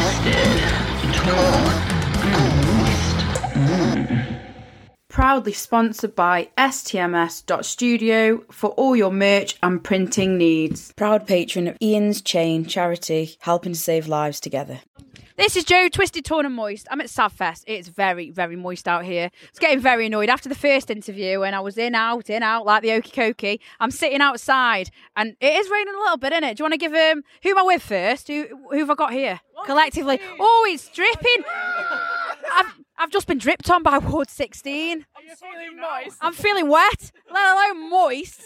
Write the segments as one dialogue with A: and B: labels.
A: twisted, torn, lost.
B: Proudly sponsored by STMS.studio for all your merch and printing needs.
C: Proud patron of Ian's Chain charity, helping to save lives together.
D: This is Joe, twisted, torn, and moist. I'm at Savfest. It's very, very moist out here. It's getting very annoyed after the first interview, and I was in, out, in, out, like the okie cokey. I'm sitting outside, and it is raining a little bit, isn't it? Do you want to give him um, who am I with first? Who who have I got here collectively? Oh, it's dripping. I've I've just been dripped on by Ward 16. I'm feeling wet, let alone moist.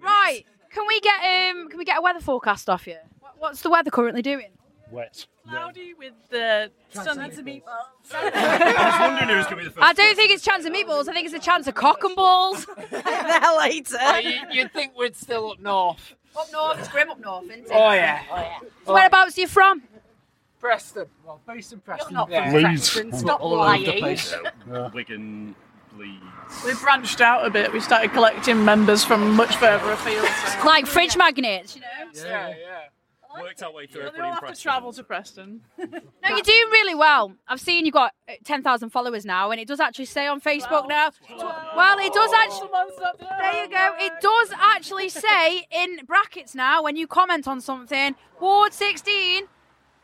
D: Right? Can we get um? Can we get a weather forecast off you? What- What's the weather currently doing?
E: Wet.
F: Cloudy with the sun and meatballs.
E: I was wondering who was going to be the first.
D: I don't think it's chance of meatballs. I think it's a chance of cock and balls.
C: There later.
G: you, you'd think we're still up north.
D: up north, it's grim up north, isn't it?
G: Oh yeah,
D: So whereabouts are you from?
G: Preston. Well, based in Preston.
F: not
G: yeah.
E: Leeds.
F: Preston, stop
G: all over the
F: lying.
G: place.
E: Wigan, Leeds.
F: We branched out a bit. We started collecting members from much further afield.
D: Like fridge magnets, you know?
G: Yeah, yeah.
E: Worked our way through
F: They all
E: everybody in
F: have to
E: Preston.
F: travel to Preston.
D: No, you're doing really well. I've seen you've got uh, 10,000 followers now, and it does actually say on Facebook now. Well, it does actually. There you go. It does actually say in brackets now when you comment on something, Ward 16.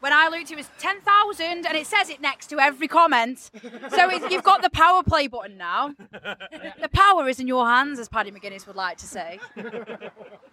D: When I looked, it was 10,000, and it says it next to every comment. So it's, you've got the power play button now. The power is in your hands, as Paddy McGuinness would like to say.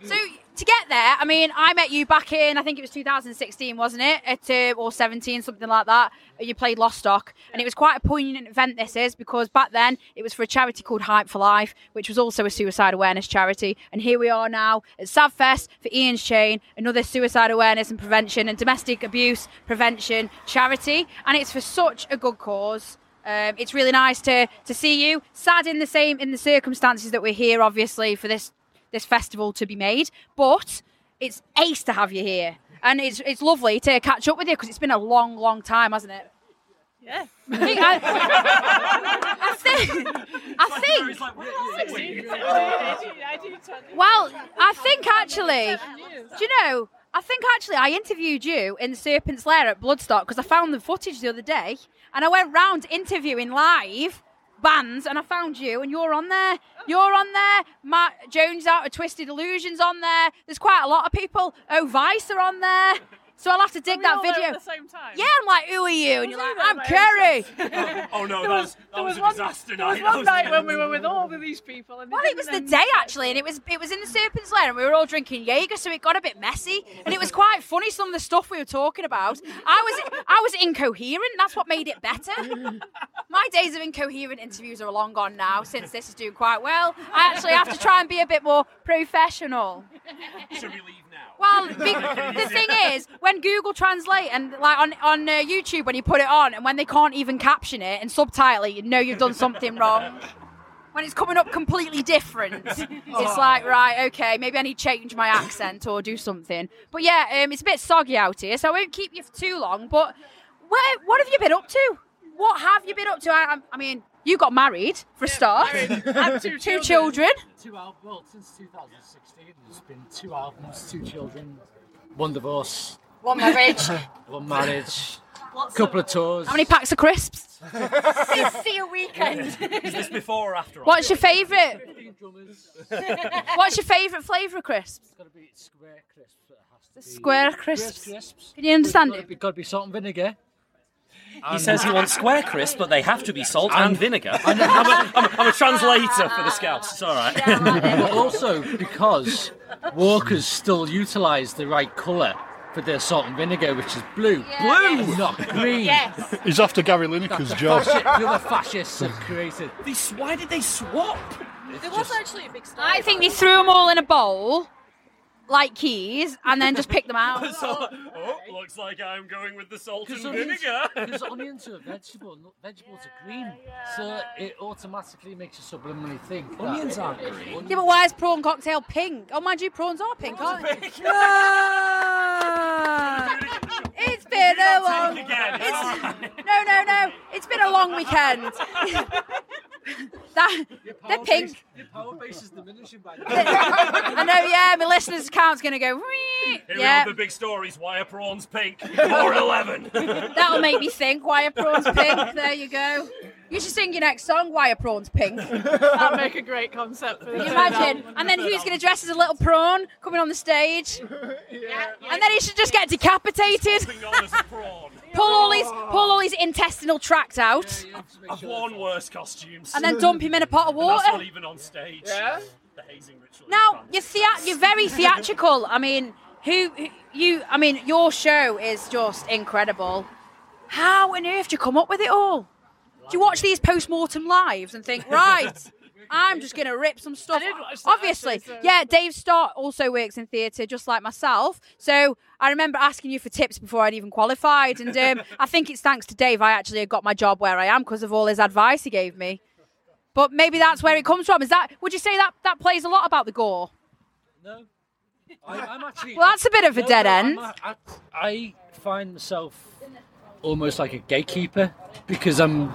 D: So to get there, I mean, I met you back in, I think it was 2016, wasn't it? At, uh, or 17, something like that. Uh, You played Lostock, and it was quite a poignant event. This is because back then it was for a charity called Hype for Life, which was also a suicide awareness charity. And here we are now at Savfest for Ian Shane, another suicide awareness and prevention and domestic abuse prevention charity, and it's for such a good cause. Um, it's really nice to to see you. Sad in the same in the circumstances that we're here, obviously, for this this festival to be made. But it's ace to have you here, and it's it's lovely to catch up with you because it's been a long, long time, hasn't it?
F: Yeah.
D: I think. I, I think. I think
F: I do
D: well, I think actually, do you know? I think actually, I interviewed you in the Serpent's Lair at Bloodstock because I found the footage the other day, and I went round interviewing live bands, and I found you, and you're on there. You're on there. Matt Jones out of Twisted Illusions on there. There's quite a lot of people. Oh, Vice are on there. So I'll have to dig that video.
F: At the same time.
D: Yeah, I'm like, who are you? And you're like,
F: that
D: I'm
F: by
D: Kerry.
E: Oh no,
F: There
E: that was, that
F: there
E: was, a
F: one,
E: disaster
F: there was
E: night. That
F: one
E: was-
F: night when we were with all of these people. And
D: Well, it was the day actually, and it was it was in the Serpent's Lair, and we were all drinking Jaeger, so it got a bit messy, and it was quite funny some of the stuff we were talking about. I was I was incoherent. That's what made it better. My days of incoherent interviews are long gone now. Since this is doing quite well, I actually have to try and be a bit more professional.
E: Should we leave now?
D: Well, be- the thing is, when Google Translate and like on on uh, YouTube, when you put it on, and when they can't even caption it and subtitle it, you know you've done something wrong. When it's coming up completely different, it's like right, okay, maybe I need to change my accent or do something. But yeah, um, it's a bit soggy out here, so I won't keep you for too long. But where, what have you been up to? What have you been up to? I, I mean, you got married for a start,
F: And two,
D: two children.
G: Two al- well, since 2016, there's been two albums, two children, one divorce,
C: One marriage.
G: one marriage, couple of tours.
D: How many packs of crisps?
C: See a weekend.
E: Is this before or after?
D: What's your favourite?
G: drummers?
D: What's your favourite flavour of crisps?
G: It's got to be square crisps. It has to be.
D: Square crisps.
G: Square crisps.
D: Can you understand
G: Got to
D: it?
G: be, got to be salt and vinegar.
E: He says he wants square crisp, but they have to be salt and vinegar. I'm a, I'm a- I'm a translator for the scouts. It's all right.
G: but also because Walkers still utilise the right colour for their salt and vinegar, which is blue,
E: Blue.
G: not green.
C: Yes.
H: He's after Gary Lineker's job.
G: Shit, the other fascists have created.
E: They, s- why did they swap?
F: There was actually a big story.
D: I think they threw them all in a bowl, like keys, and then just picked them out.
E: So- oh, looks like I'm going with the salt and
G: Because onions,
E: vinegar.
G: 'cause onions are a vegetable, and vegetables are green, so it automatically makes you subliminally think. that-
E: Onions aren't green.
D: Yeah, but why is prawn cocktail pink? Oh, mind you, prawns are pink, aren't they? It's been a long.
E: Again, it's all right.
D: No, no, no. It's been a long weekend. that, they're pink.
G: Your power base Oh, is diminishing by the
D: I know, yeah, my listeners' account's going to go. "Wee."
E: Here
D: Yeah.
E: are the big stories. Why are prawns pink? Four eleven.
D: That'll make me think. Why are prawns pink? There you go. You should sing your next song. Why are prawns pink? Can
F: That'd make a great concept for
D: you
F: this.
D: imagine? And then who's going to dress as a little prawn coming on the stage? And then he should just get decapitated.
E: Something known as a prawn.
D: Pull all his pull all his intestinal tract out,
E: I've worn worse costumes.
D: and then dump him in a pot of
E: That's not
D: water.
E: even on stage. The hazing ritual. is
D: Now
E: fun.
D: you're thea- you're very theatrical. I mean, who who- you? I mean, your show is just incredible. How on earth do you come up with it all? Do you watch these post-mortem lives and think, right? I'm just gonna rip some stuff.
F: did watch that,
D: Obviously,
F: actually, so-
D: yeah. Dave Stott also works in theatre, just like myself. So I remember asking you for tips before I'd even qualified, and um, I think it's thanks to Dave I actually got my job where I am because of all his advice he gave me. But maybe that's where it comes from. Is that? Would you say that that plays a lot about the gore?
G: No. I, I'm actually.
D: Well, that's a bit of a
G: No,
D: dead
G: no,
D: end.
G: I'm a- I, I find myself almost like a gatekeeper because I'm,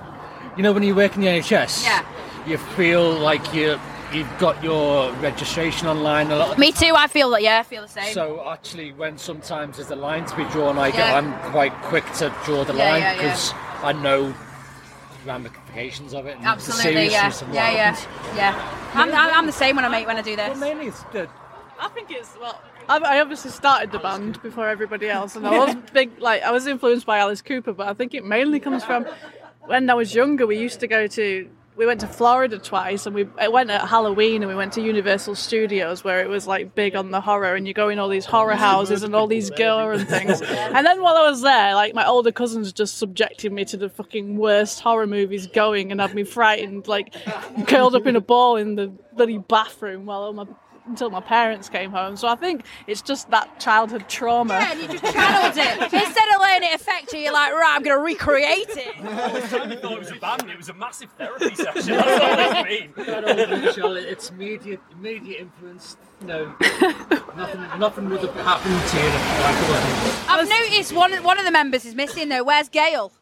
G: you know, when you work in the NHS,
D: Yeah.
G: you feel like you you've got your registration online a lot. of
D: Me too. I feel that. Yeah, I feel the same.
G: So actually, when sometimes there's a line to be drawn, I go,
D: Yeah.
G: I'm quite quick to draw the
D: Yeah,
G: line
D: yeah, yeah.
G: because I know ramifications of it and
D: Absolutely.
G: the
D: Yeah.
G: seriousness of what
D: Yeah. Yeah.
G: happens.
D: Yeah. I'm, I'm, I'm the same when I make when I do
G: Well,
D: this.
G: mainly it's the
F: I think it's well. I, I obviously started the band before everybody else, and I was big. Like I was influenced by Alice Cooper, but I think it mainly comes from when I was younger. We used to go to. We went to Florida twice, and we I went at Halloween, and we went to Universal Studios, where it was like big on the horror, and you go in all these horror houses and all these gore and things. And then while I was there, like my older cousins just subjected me to the fucking worst horror movies going, and had me frightened, like curled up in a ball in the bloody bathroom while all my until my parents came home. So I think it's just that childhood trauma.
D: Yeah, and you just channeled it instead of letting it affect you. You're like, right, I'm gonna recreate it.
E: I thought it was a band. It was a massive therapy session. That's all it's been.
G: That old visual, it's media media influenced. No, nothing nothing would have happened to you. if I
D: I've noticed one of- one of the members is missing though. Where's Gail?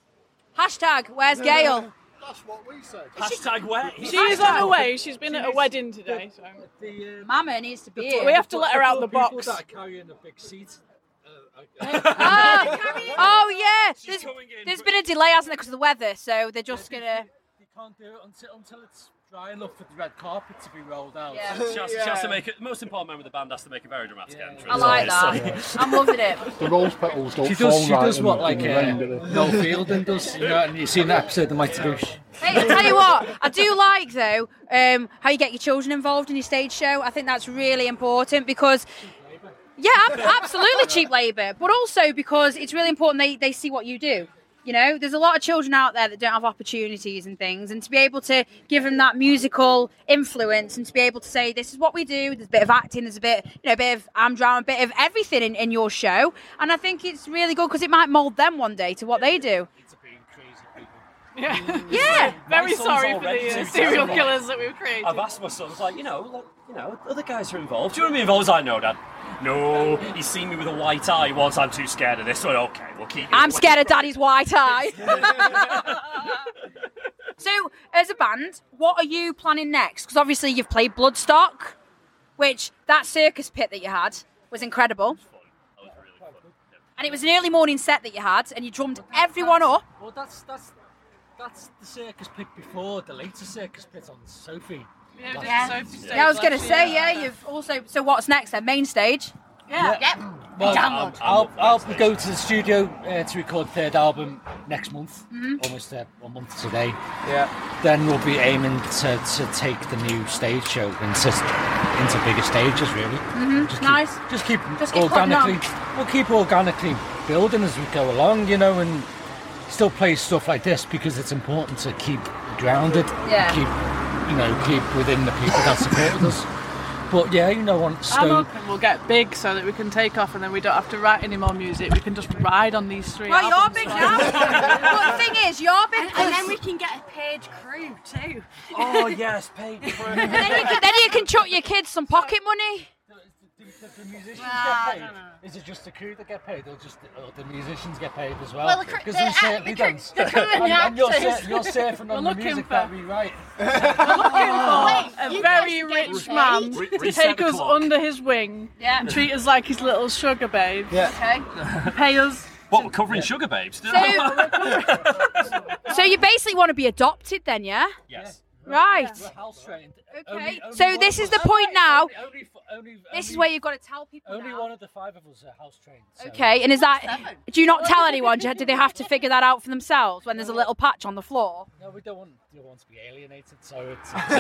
D: Hashtag Where's Gail?
H: That's what we said.
E: Hashtag wet.
F: She is on her way. She's been at a wedding today. So.
G: wasn't. The, um,
D: Mama needs to be here.
F: We have to let her out
G: the
F: the
G: people
F: box.
G: that are carrying a big seat. Uh, I-
D: Ah, oh yeah. There's,
E: coming in.
D: there's been a delay, hasn't there, because of the weather? So they're just gonna.
G: You can't do it until, until it's dry enough for the red carpet to be rolled out.
D: Yeah.
E: She has, she has to make it. The most important member of the band has to make a very dramatic entrance.
D: I like
E: obviously.
D: that. I'm loving it.
H: The rose petals don't
G: She
H: fall
G: does. She
H: right
G: does
H: in
G: what
H: the-
G: like
H: in the
G: uh,
H: rain, do they?
G: Noel Fielding does. You know, and you seen that episode of The Mighty Boosh.
D: Hey, I tell you what, I do like though um, how you get your children involved in your stage show. I think that's really important because. Yeah, ab- absolutely cheap labour, but also because it's really important they, they see what you do. You know, there's a lot of children out there that don't have opportunities and things, and to be able to give them that musical influence and to be able to say, this is what we do, there's a bit of acting, there's a bit, you know, a bit of am drama, a bit of everything in, in your show. And I think it's really good because it might mould them one day to what they do. Yeah.
F: Very
E: son's
F: sorry for
E: already
F: the uh,
E: too
F: serial
E: terrible.
F: killers that we've created.
E: I've asked my sons, like, you know, like, you know, other guys are involved. Do you want to be involved? He's like, no, Dad. No, he's seen me with a white eye once. I'm too scared of this one. Okay, we'll keep. it
D: I'm
E: away.
D: scared of Daddy's white eye. so, as a band, what are you planning next? Because obviously you've played Bloodstock, which that circus pit that you had was incredible, and it was an early morning set that you had, and you drummed everyone up.
G: Well, that's that's that's the circus pit before the later circus pit on Sophie.
D: Yeah.
F: So
D: Yeah, I was gonna say, yeah, you've also. So what's next then? Main stage.
F: Yeah.
G: Well,
E: Download.
G: I'll, I'll go to the studio uh, to record third album next month,
D: Mm-hmm.
G: almost uh, one month today. Yeah. Then we'll be aiming to, to take the new stage show into into bigger stages, really. Mm-hmm. Just keep,
D: Nice.
G: Just keep
D: Just keep plodding on.
G: organically. we'll keep organically building as we go along, you know, and still play stuff like this because it's important to keep grounded.
D: Yeah.
G: Keep you know keep within the people that supported us. But yeah, you know, on
F: I'm
G: Stone.
F: hoping we'll get big so that we can take off and then we don't have to write any more music. We can just ride on these three.
D: Well, you're
F: albums.
D: big now. but the thing is, you're big.
I: And, and then we can get a paid crew too.
E: Oh yes, paid.
D: then you can, then you can chuck your kids some pocket money.
G: that the musicians
I: Well,
G: get
I: I
G: paid?
I: dunno.
G: Is it just the crew that get paid, or just the, or the musicians get paid as well?
I: Well, the cr-
G: Because
I: the
G: we
I: act-
G: certainly
I: the cr-
G: don't.
I: the crew and the
G: and you're,
I: actors.
G: sur- you're surfing on
F: We're
G: the
F: looking
G: music
F: for-
G: that we write.
I: Wait,
F: a
I: you
F: very
I: guys get
F: rich
I: paid?
F: man
E: Re-
F: to
E: reset
F: take
E: the
F: us
E: clock.
F: under his wing
D: Yeah.
F: and treat us like his little sugar babe.
H: Yeah.
D: Okay.
F: Pay us.
E: What, we're covering Sugar Babes?
D: So, so you basically want to be adopted then, yeah?
E: yes.
D: Right.
G: We're house trained.
D: Okay. So this is the point now.
G: Only, only,
D: This is
G: only-
D: where you've got to tell people.
G: Only
D: now.
G: one of the five of us are house trained. so-
D: Okay, and is that do you not tell anyone? Do do they have to figure that out for themselves when there's a little patch on the floor?
G: No, we don't want the other one to be alienated, so it's.
I: Fine,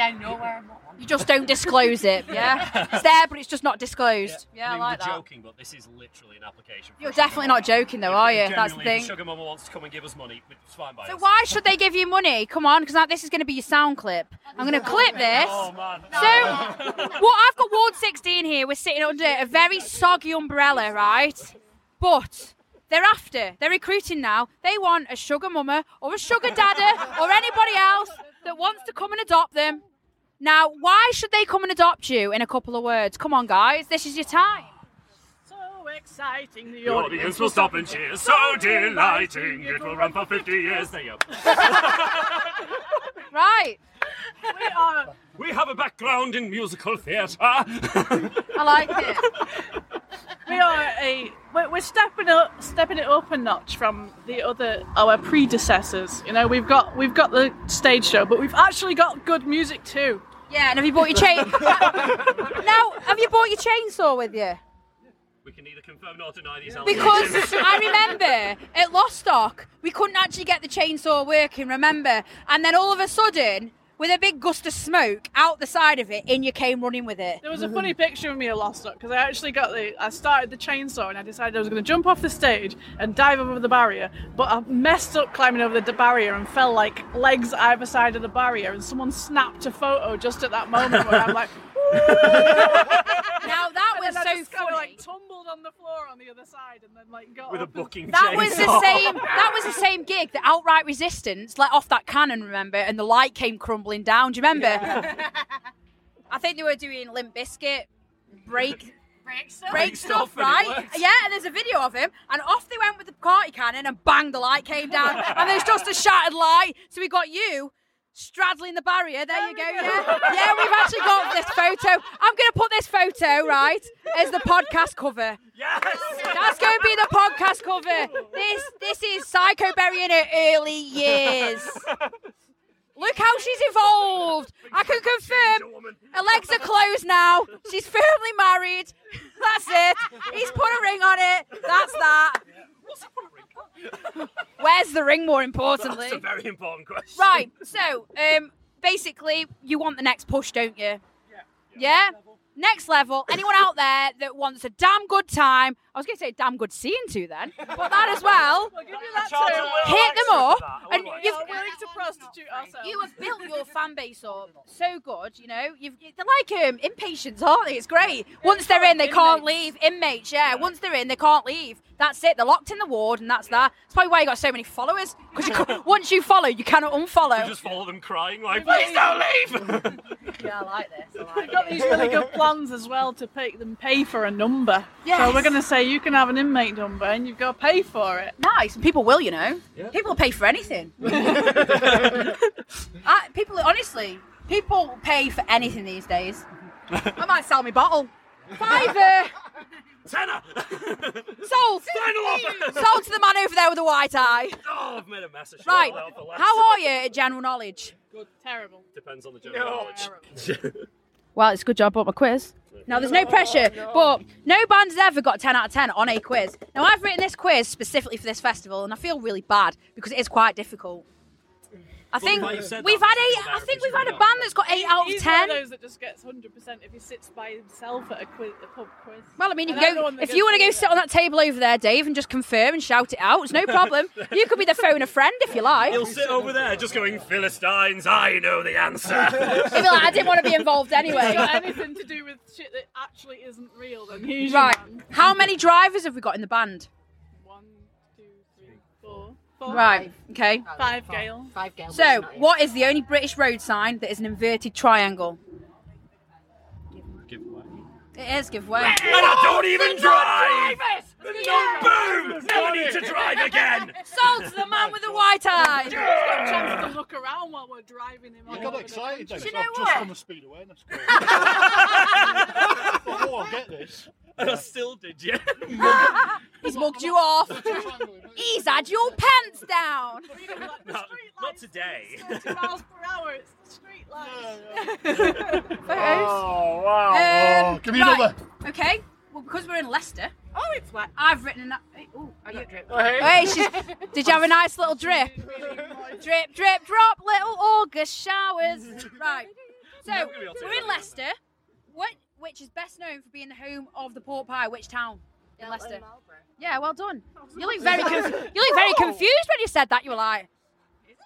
I: I know where I'm on.
D: You just don't disclose it, yeah? It's there, but it's just not disclosed. Yeah, I,
E: mean,
D: like
E: we're
D: that.
E: joking, but this is literally an application. For
D: You're
E: a sugar
D: definitely not
E: mama.
D: joking, though,
E: If-
D: are
E: if
D: you? That's the
E: genuinely, if
D: thing.
E: Sugar Mama wants to come and give us money. It's fine by
D: So
E: us.
D: why should they give you money? Come on, because this is going to be your sound clip. I'm going to clip this.
E: Oh man.
D: So, well, I've got Ward 16 here. We're sitting under a very soggy umbrella, right? But they're after, they're recruiting now. They want a sugar mama or a sugar dadda or anybody else that wants to come and adopt them. Now, why should they come and adopt you in a couple of words? Come on, guys, this is your time.
F: So exciting. The
E: The audience will stop and cheer. So delighting. It will run for 50 years. There you go.
D: Right.
F: We are
E: We have a background in musical theatre.
D: I like it.
F: we are a we're, we're stepping up stepping it up a notch from the other our predecessors. You know, we've got we've got the stage show, but we've actually got good music too.
D: Yeah, and have you bought your chain? now, have you bought your chainsaw with you?
E: we can neither confirm nor deny these
D: Because
E: allegations.
D: I remember at Lostock, we couldn't actually get the chainsaw working, remember? And then all of a sudden, with a big gust of smoke out the side of it, in you came running with it.
F: There was a funny picture of me at Lost because I actually got the. I started the chainsaw and I decided I was going to jump off the stage and dive over the barrier, but I messed up climbing over the d- barrier and fell like legs either side of the barrier, and someone snapped a photo just at that moment where I'm like,
D: Now, that was
F: and I
D: so
F: just kind of
D: funny.
F: like tumbled on the floor on the other side and then like got
E: With a
F: up and-
E: booking Oh,
D: That
E: chainsaw.
D: was the same. That was the same gig. The outright resistance let off that cannon, remember, and the light came crumbling down. Do you remember? I think they were doing Limp Biscuit, break,
I: Break stuff.
D: break stuff,
E: stuff, and it
D: right?
E: worked.
D: Yeah, and there's a video of him, and off they went with the party cannon, and bang, the light came down, and there's just a shattered light. So we got you straddling the barrier. There, you
I: Oh
D: go. Yeah, yeah, we've actually got this photo. I'm gonna put this photo right as the podcast cover.
E: Yes.
D: That's going to be the podcast cover. This this is Psycho Berry in her early years. Look how she's evolved. I can confirm. Her legs are closed now. She's firmly married. That's it. He's put a ring on it. That's that. Where's the ring? More importantly,
E: That's a very important question.
D: right. So, um, basically, you want the next push, don't you? Yeah. Next level. Anyone out there that wants a damn good time, I was going to say damn good seeing to then, but that as well.
E: Charles, I'm willing
D: Hit
E: to
D: them
E: accept
D: up,
E: that. I'm
D: and
E: willing to
D: you've-
F: We're willing to prostitute ourselves.
D: You have built your fan base up so good, you know. You've, you- they're like um, impatients, aren't they? It's great. Once they're in, they can't leave. Inmates, yeah. Once they're in, they can't leave. That's it. They're locked in the ward, and that's that. That's probably why you got so many followers. Because once you follow, you cannot unfollow.
E: Just follow them crying like, please don't leave.
D: Yeah, I like this. I like
F: We've got these really good plans as well to make them pay for a number.
D: Yes.
F: So we're going to say you can have an inmate number and you've got to pay for it.
D: nice, and people will, you know. People will pay for anything. I, people, honestly, people pay for anything these days. I might sell me bottle. Fiver
E: Tenor.
D: sold.
E: Final offer.
D: Sold to the man over there with the white eye.
E: oh, I've made a mess of shit.
D: Right.
E: Well, for less.
D: How are you at general knowledge?
F: Terrible.
E: Depends on the general knowledge.
D: Well, it's a good job I bought my quiz. Now, there's no pressure, but no band's ever got 10 out of 10 on a quiz. Now, I've written this quiz specifically for this festival, and I feel really bad because it is quite difficult. I think
E: might
D: we've
E: have
D: had
E: said
D: eight.
E: that
D: I think we've had a band that's got eight out of
F: He's
D: ten.
F: one of those that just gets 100% if he sits by himself at a, quiz, a pub quiz.
D: Well, I mean, you
F: And
D: can
F: I'm the
D: go
F: one that
D: if
F: goes
D: you want to
F: through
D: go
F: it.
D: sit on that table over there, Dave, and just confirm and shout it out. It's no problem. you could be the phone a friend if you like.
E: He'll sit over there just going, Philistines, I know the answer.
D: He'll be like, I didn't want to be involved
F: If
D: anyway.
F: it's got anything to do with shit that actually isn't real, then he's your
D: Right.
F: man.
D: How many drivers have we got in the band?
F: One, two, three, four. Four.
D: Right. Okay.
F: Five, Gail.
I: Five gallons.
D: So, what is the only British road sign that is an inverted triangle?
E: Give away.
D: It is give way.
E: And I don't even drive! No, boom! Now I need to drive again!
D: Sold to the man with the white eye.
F: a chance to look around while we're driving him. all
H: I
F: over
H: got
F: the
H: excited then.
D: Do you
H: so I've
D: know
H: just
D: what?
H: done a speed awareness course. I thought, oh, I'll get this.
E: And I still did, yeah.
D: He's mugged you off. He's
H: He's
D: had your pants down.
F: country. Like, the
E: No,
F: street
E: not
F: lights,
E: today.
F: it's 30 miles per hour. It's the street lights.
H: Oh, wow.
D: Um,
H: Oh, give me
D: right.
H: another.
D: Okay. Well, because we're in Leicester,
F: Oh, it's like
D: I've written an. Oh, are you drip?
H: Hey.
D: Hey, she's, did you have a nice little drip? Drip, drip, drop, little August showers. Right. So
E: Never gonna be able to
D: we're
E: do
D: in
E: that.
D: Leicester, what, which is best known for being the home of the pork pie. Which town in Leicester? Yeah, well done. You look very conf- you look
E: Oh.
D: very confused when you said that. You were like,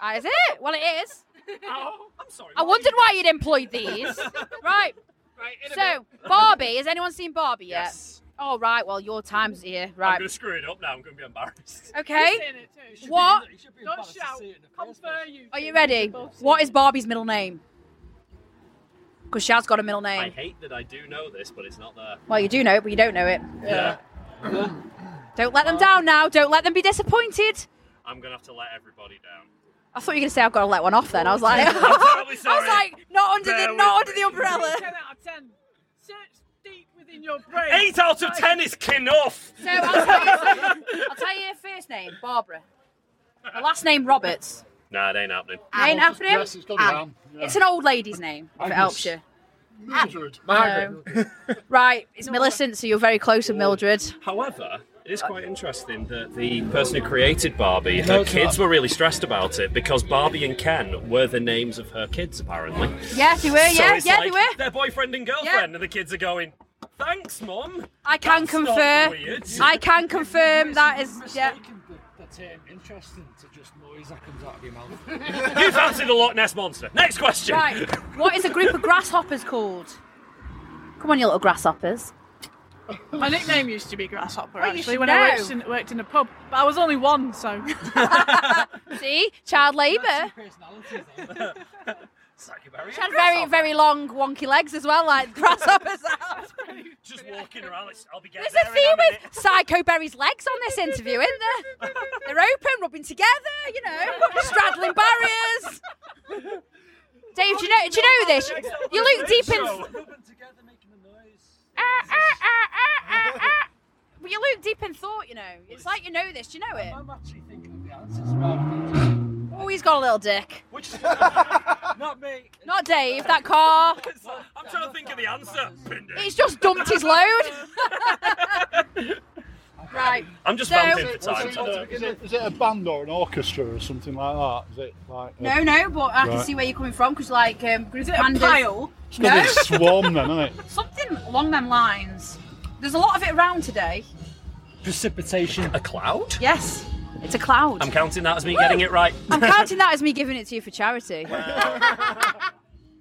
D: "Ah, "Is it? Well, it is."
E: Ow. Oh, I'm sorry.
D: I
E: what
D: wondered why you'd employed these. Right.
E: Right, in a bit.
D: So Barbie, has anyone seen Barbie yet?
E: Yes.
D: All right. Well, your time's here.
E: I'm
D: Right.
E: going to screw it up now. I'm going to be embarrassed.
D: Okay.
F: You're seeing it too.
G: Should be-
D: What?
G: you should be
F: Don't
G: embarrassed to
F: shout.
G: see it in the first
F: Confer
G: place.
F: you.
D: Are you
F: two.
D: ready?
F: You've both
D: What
F: seen
D: is
F: it.
D: Barbie's middle name? Because she has got a middle
E: I
D: name.
E: hate that I do know this, but it's not there.
D: Well, you do know it, but you don't know it.
E: Yeah.
D: Don't let them down now. Don't let them be disappointed.
E: I'm going to have to let everybody down.
D: I thought you were going to say I've got to let one off. Then I was like,
E: I'm
D: I
E: terribly sorry.
D: was like, not under
E: Bear
D: the not
E: with
D: under
E: me.
D: the umbrella.
F: 10 out of 10. Search deep within your brain.
E: Eight out of ten is enough.
D: So I'll tell, you, I'll tell you her first name, Barbara. Her last name, Roberts.
E: Nah, it ain't happening.
D: Ain't
H: Yes,
D: after him.
H: Yes, it's got to
D: Anne.
H: down. Yeah.
D: It's an old lady's name for
H: Agnes.
D: Elpshire.
H: Mildred.
D: No. right, it's Millicent, so you're very close
H: Oh.
D: with Mildred.
E: However, it is quite interesting that the person who created Barbie,
G: No,
E: her
G: it's
E: kids
G: not.
E: were really stressed about it because Barbie and Ken were the names of her kids, apparently.
D: Yeah, they were. Yeah,
E: it's
D: yeah,
E: like
D: they were.
E: Their boyfriend and girlfriend, and the kids are going, thanks, Mum.
D: I can
E: That's not
D: confirm.
E: weird.
D: I can confirm that is.
G: It's
D: Yeah.
G: mistaken the- the term interesting to just noise that comes out of your mouth.
E: you fancy the Loch Ness Monster. Next question.
D: Right. What is a group of grasshoppers called? Come on, you little grasshoppers.
F: My nickname used to be Grasshopper,
D: you
F: actually,
D: should
F: when
D: know.
F: I worked in, worked in a pub. But I was only one, so.
D: See, child labour.
G: Personalities, though.
D: She had very, very long, wonky legs as well, like grasshoppers. have.
E: Just walking around. it's- I'll be getting
D: There's a
E: there in
D: theme
E: a minute.
D: with Psycho Berry's legs on this interview, isn't there? They're open, rubbing together, you know, straddling barriers. Dave, do you know? Do you know this? You look deep in.
E: Show.
G: Rubbing together, making a noise.
D: But you look deep in thought, you know. It's like you know this. Do you know it?
G: I'm actually thinking of the answers rather than just.
D: Oh, he's got a little dick.
G: Which is not me.
D: Not Dave. That car.
E: It's like, I'm trying to think of the answer.
D: He's just dumped his load. right.
E: I'm just
D: So-
E: vamping for
H: Is it-
E: time.
H: is it- is it- is it a band or an orchestra or something like that? Is it like a-
D: No, no, but I can
H: Right.
D: see where you're coming from because, like, um, group of pandas-
H: It's got to be a swarm then, isn't it?
D: Something along them lines. There's a lot of it around today.
G: Precipitation.
E: A cloud?
D: Yes, it's a cloud.
E: I'm counting that as me getting it right.
D: I'm counting that as me giving it to you for charity.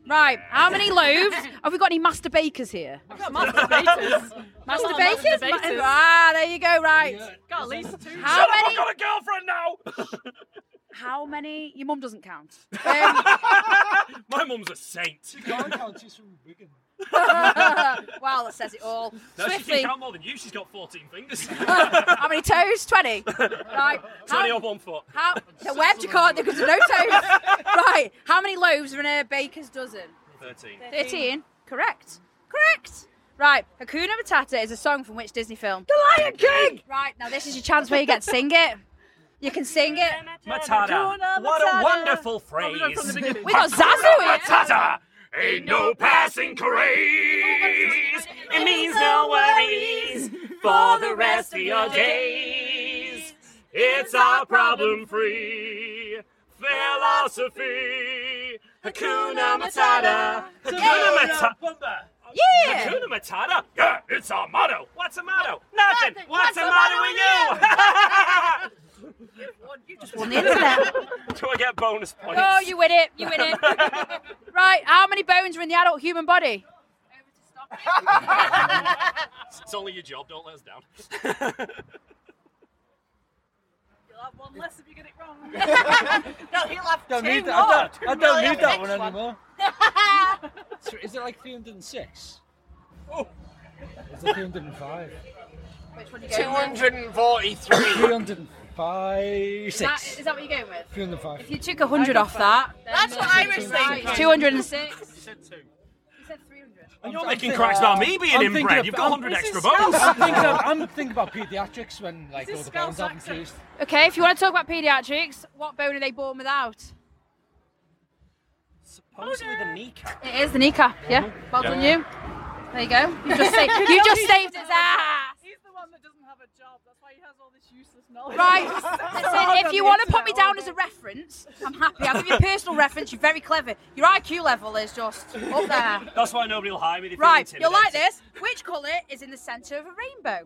D: right, how many loaves? Have we got any master bakers here?
F: Masturbators.
D: Master
F: on,
D: bakers?
F: master
D: Ma-
F: bakers.
D: ah, there you go, right.
F: Got at least two.
D: How
E: Shut
D: many?
E: up, I've got a girlfriend
D: How many? Your mum doesn't count. Um,
E: now! My mum's a saint.
G: Can't count, she's from Wigan.
D: wow, that says it all.
E: No, she
D: Swiftly,
E: can count more than you. She's got 14 fingers.
D: how many toes? 20. Right.
E: Twenty
D: how-
E: up on foot.
D: How the web you can't because there's no toes. right. How many loaves are in a baker's dozen?
E: 13.
D: Thirteen. Correct. Correct. Right. Hakuna Matata is a song from which Disney film? The Lion King. Right. Now this is your chance where you get to sing it. You can sing it.
E: Matata. What a wonderful phrase.
F: Right from the beginning.
D: We got Zazu here.
E: Matata. Ain't no passing craze. It means no worries for the rest of your days. It's our problem free philosophy. Hakuna Matata. Hakuna Matata.
D: Yeah.
E: Hakuna Matata? Yeah, it's our motto. What's a motto? Nothing.
D: Nothing. What's
E: What's, a
D: the
E: motto
D: matter
E: with
D: with
E: you?
D: On the internet.
E: Do I get bonus points?
D: Oh, you win it. You win it. right. How many bones are in the adult human body?
E: It's only your job. Don't let us down.
F: You'll have one less if you get it wrong.
I: No, he'll have
G: Don't
I: two
G: need
I: more.
G: that. I don't, I
I: Well,
G: don't need
I: the
G: that one
I: next
D: Oh.
G: anymore. So is it like 306? 305.
D: Which one you going with?
E: 243.
G: 305.
D: Is that-
G: Six.
D: is that what you're going with?
G: 305.
D: If you took 100 off that,
I: That's what I was thinking.
D: it's 206.
H: You said two.
D: You said 300.
E: And you're making cracks about me being
G: I'm thinking
E: inbred. You've got
G: about-
E: 100
F: This
E: extra
F: is
E: bones.
G: I'm thinking, of, I'm thinking about paediatrics when like
F: Is
G: all
F: this
G: the bones
F: Scouse
G: haven't
F: accent?
G: fused.
D: Okay, if you want to talk about paediatrics, what bone are they born without?
E: Supposedly the kneecap.
D: It is the kneecap, yeah? Well done, you. There you go. You just, saved. you just saved his ass.
F: He's the one that doesn't have a job. That's why he has all this useless knowledge.
D: Right. Listen, if you want to put me down as a reference, I'm happy. I'll give you a personal reference. You're very clever. Your IQ level is just up there.
E: That's why nobody will hire me. They feel
D: Right, you're like
E: intimidated.
D: this. Which colour is in the centre of a rainbow?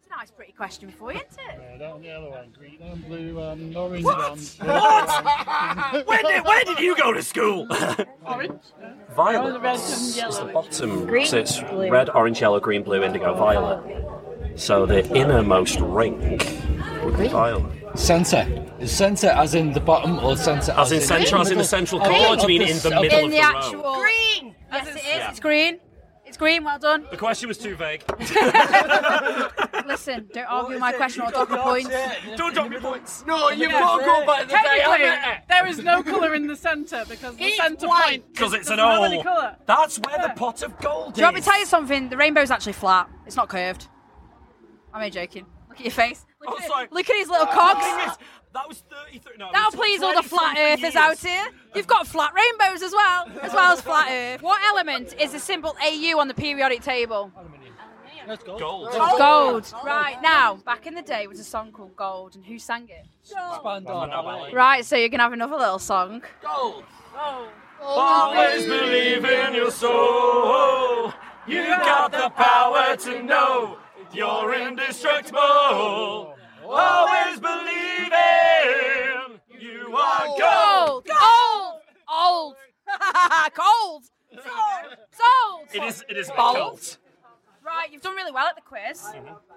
D: It's a nice, pretty question for you, isn't it?
H: Yeah, that one, yellow one, green one, blue one, orange one.
E: Where did, where did you go to school?
F: Orange.
E: Violet.
F: Red and
E: It's the
F: yellow.
E: bottom. so it's red, orange, yellow, green, blue, indigo, violet. So the innermost ring would be violet.
G: Centre. Is centre as in the bottom or centre
E: As in centre, as in the
G: middle?
E: central
G: Of the-
E: chord, you
G: of
E: mean
G: the-
E: in the
G: of
E: middle
D: In
E: of
D: the
E: the row.
D: actual green. Yes, it is. It's green. It's green. Well done.
E: The question was too vague.
D: Listen, don't argue my question. I'll drop a point.
E: Don't drop your points.
J: No, you've got to go by the day
F: "Oh,
J: I met
F: Technically, there is no colour in the centre because the
I: It's
F: centre
I: white.
F: point
E: Because it's an
F: doesn't have any
E: owl.
F: colour.
E: That's where the pot of gold is.
D: Do you want me to tell you something? The rainbow's actually flat. It's not curved. I'm only joking. Look at your face. Look,
E: Oh,
D: at,
E: sorry.
D: look at his little
E: Thing
D: cogs.
E: is, That was 33. No, it
D: That'll
E: was
D: please all the
E: 20
D: flat
E: something
D: earthers
E: years.
D: out here. You've got flat rainbows as well, as well as flat earth. What element is the symbol AU on the periodic table?
G: That's gold.
E: Gold.
D: Gold. Right, now, back in the day was a song called Gold, and who sang it?
G: Spandau
E: Spandau
G: Ballet.
E: Ballet.
D: Right, so you're going to have another little song.
E: Always believe in your soul. You got the power to know you're indestructible. Always believe in you are
D: Gold!
E: gold.
D: Gold! Old! Cold! Sold! Sold!
E: It is. It is gold.
D: Right, you've done really well at the quiz.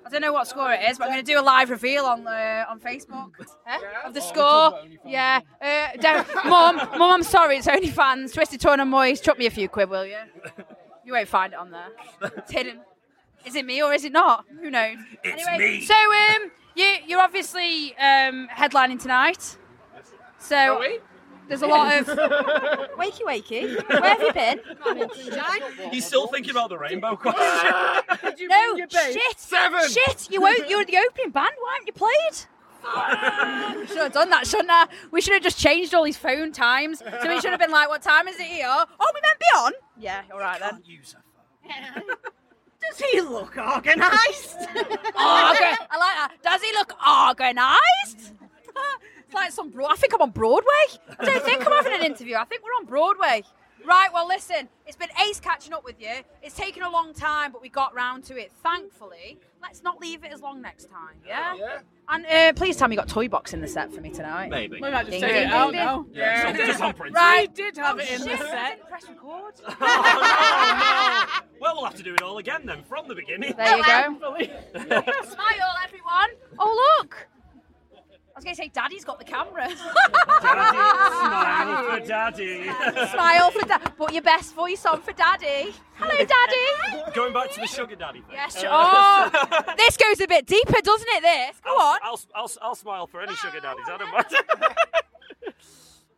D: I don't know what score it is, but I'm going to do a live reveal on the on Facebook eh, of the score. Yeah, uh, de- mum, mum, I'm sorry, it's only fans. Twisted, torn, and moist. Chuck me a few quid, will you? You won't find it on there. It's hidden. Is it me or is it not? Who knows?
E: It's
D: anyway,
E: me.
D: so um, you you're obviously um headlining tonight. So there's a lot of wakey wakey. Where have you been?
E: He's still thinking about the rainbow question.
F: Did you
D: No,
F: bring your base?
D: shit! Shit! You won't, you're the opening band. Why haven't you played? should have done that, shouldn't I? We should have just changed all his phone times. So we should have been like, "What time is it here?" Oh, we meant be on. Yeah, all right then. Does he look organised? Organ- I like that. Does he look organised? it's like some. Bro- I think I'm on Broadway. I don't think I'm having an interview. I think we're on Broadway. Right. Well, listen. It's been ace catching up with you. It's taken a long time, but we got round to it. Thankfully, let's not leave it as long next time. Yeah. Yeah. And uh, please tell me you got toy box in the set for me tonight.
E: Maybe.
F: We might just
D: Ding,
F: take
D: ding,
F: it
D: ding,
F: out
D: ding.
F: now.
E: Yeah. Just on print.
D: Right.
F: We did have it in
D: Shit,
F: the
D: I
F: set.
D: didn't press record.
E: Oh, Well, we'll have to do it all again then, from the beginning.
D: There you go.
F: Hopefully.
D: Smile, everyone. Oh, look. I was going to say, Daddy's got the camera.
E: Daddy, smile for daddy.
D: Smile for Dad. Put your best voice on for Daddy. Hello, Daddy.
E: Going back to the sugar daddy thing. Uh,
D: Yes. sure. Oh, this goes a bit deeper, doesn't it? This. Go
E: I'll,
D: on.
E: I'll, I'll, I'll smile for any sugar daddies. I don't mind.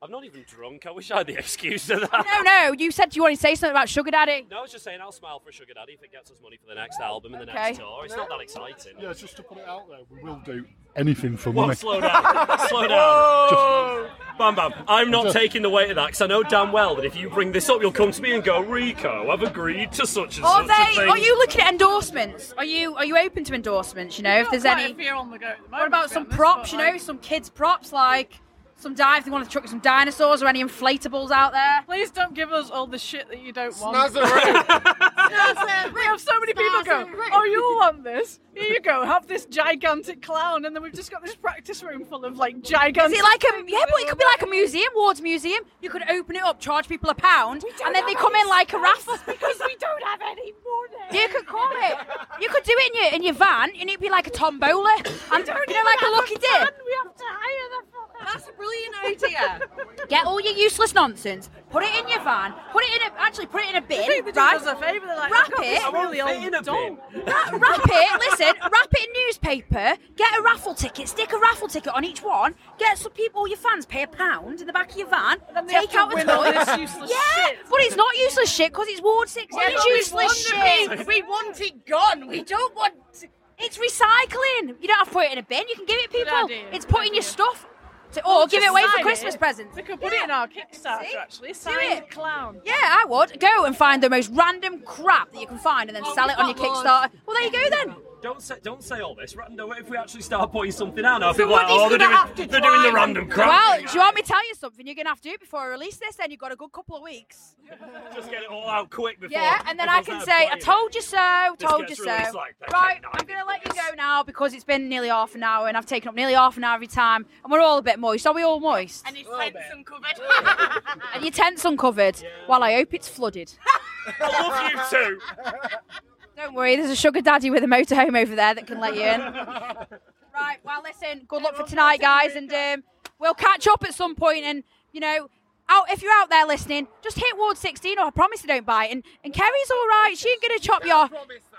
E: I'm not even drunk. I wish I had the excuse to that.
D: No, no. You said you wanted to say something about Sugar Daddy.
E: No, I was just saying I'll smile for sugar daddy if it gets us money for the next album and the
D: Okay.
E: next tour. It's not that exciting.
H: Yeah, just to put it out there, we will do anything for
E: Whoa,
H: money.
E: slow down. slow down. Bam Bam, I'm not taking the weight of that because I know damn well that if you bring this up, you'll come to me and go, Rico, I've agreed to such and
D: Are
E: such a
D: they?
E: thing.
D: Are Oh, you looking at endorsements? Are you? Are you open to endorsements? You know, if
F: Got
D: there's
F: quite
D: any.
F: a few on the go at the moment,
D: What about
F: to be
D: some
F: honest,
D: props? You
F: but,
D: know,
F: like,
D: some kids props like some dive. If they want to chuck some dinosaurs or any inflatables out there.
F: Please don't give us all the shit that you don't want.
J: Nazareth.
F: we have so many people go, oh, you'll want this. Here you go, have this gigantic clown. And then we've just got this practice room full of like
D: Is
F: gigantic.
D: it like a yeah? But it could be like a museum, Ward's Museum. You could open it up, charge people a pound, and then they come in like a raffle.
F: because we don't have any money.
D: You could call it. You could do it in your in your van, and it'd be like a tombola, and you know, like a lucky dip.
F: We have to hire them.
D: That's a brilliant idea. Get all your useless nonsense, put it in your van, put it in a actually put it in a bin,
F: think they do
D: right?
F: us a favour, they're like,
D: wrap
F: "I've got
D: it,
F: this really old
D: wrap, wrap it. Listen, wrap it in newspaper. Get a raffle ticket. Stick a raffle ticket on each one. Get some people, all your fans, pay a pound in the back of your van.
F: And they
D: take
F: have
D: out
F: to
D: a
F: win
D: toy.
F: all this useless
D: yeah,
F: shit.
D: but it's not useless shit because it's Ward Six.
I: Well,
D: it's
I: no, it's
D: useless
I: wonderful.
D: shit. We want it gone. We don't want. It's recycling. You don't have to put it in a bin. You can give it people.
F: idea,
D: It's
F: good
D: putting your
F: idea.
D: stuff. To, or give it away for
F: Sign
D: Christmas presents.
F: We could put it in our Kickstarter
D: See?
F: actually.
D: Do
F: Signed
D: it.
F: clown.
D: Yeah, I would. Go and find the most random crap that you can find and then
F: Oh,
D: sell it on your Kickstarter. Well, there you go then.
E: Don't say, don't say all this, Rando. What if we actually start putting something out now? People are like,
J: Somebody's
E: oh, they're
J: gonna
E: doing,
J: have to
E: they're doing the
J: try.
E: random crap.
D: Well, do you want me to tell you something? You're going to have to do it before I release this, then you've got a good couple of weeks.
E: Just get it all out quick before.
D: Yeah, and then
E: before
D: I can
E: start
D: say, I
E: playing it.
D: told you so,
E: This
D: told you
E: gets
D: so.
E: released like that,
D: Right,
E: like
D: I'm going to let you
E: 90
D: go now because it's been nearly half an hour and I've taken up nearly half an hour of your time and we're all a bit moist. Are we all moist?
I: And his tents uncovered.
D: And your tent's uncovered. Well, I hope it's flooded.
E: I love you too.
D: Don't worry, there's a sugar daddy with a motorhome over there that can let you in. right, well, listen, good luck for tonight, guys, and um, we'll catch up at some point And, you know, out, if you're out there listening, just hit Ward 16 or I promise you don't bite. And, and Kerry's all right, she ain't going to chop your.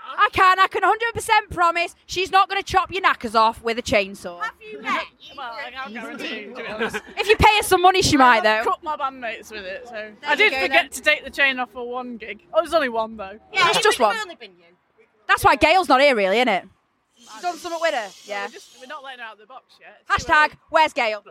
D: I can, I can 100% promise she's not going to chop your knackers off with a chainsaw.
I: Have you met?
F: Well, I can't guarantee, to be honest.
D: If you pay her some money, she might,
F: I've
D: though.
F: cut my bandmates with it, so I
D: you
F: did
D: go then.
F: forget to take the chain off for one gig. Oh, it was only one though.
I: Yeah,
D: It's
I: it
D: just
I: would
D: one.
I: have only been you.
D: That's why Gail's not here, really, innit? She's done something with her. Yeah.
F: We're, just, we're not letting her out of the box yet. See
D: Hashtag, where's Gail?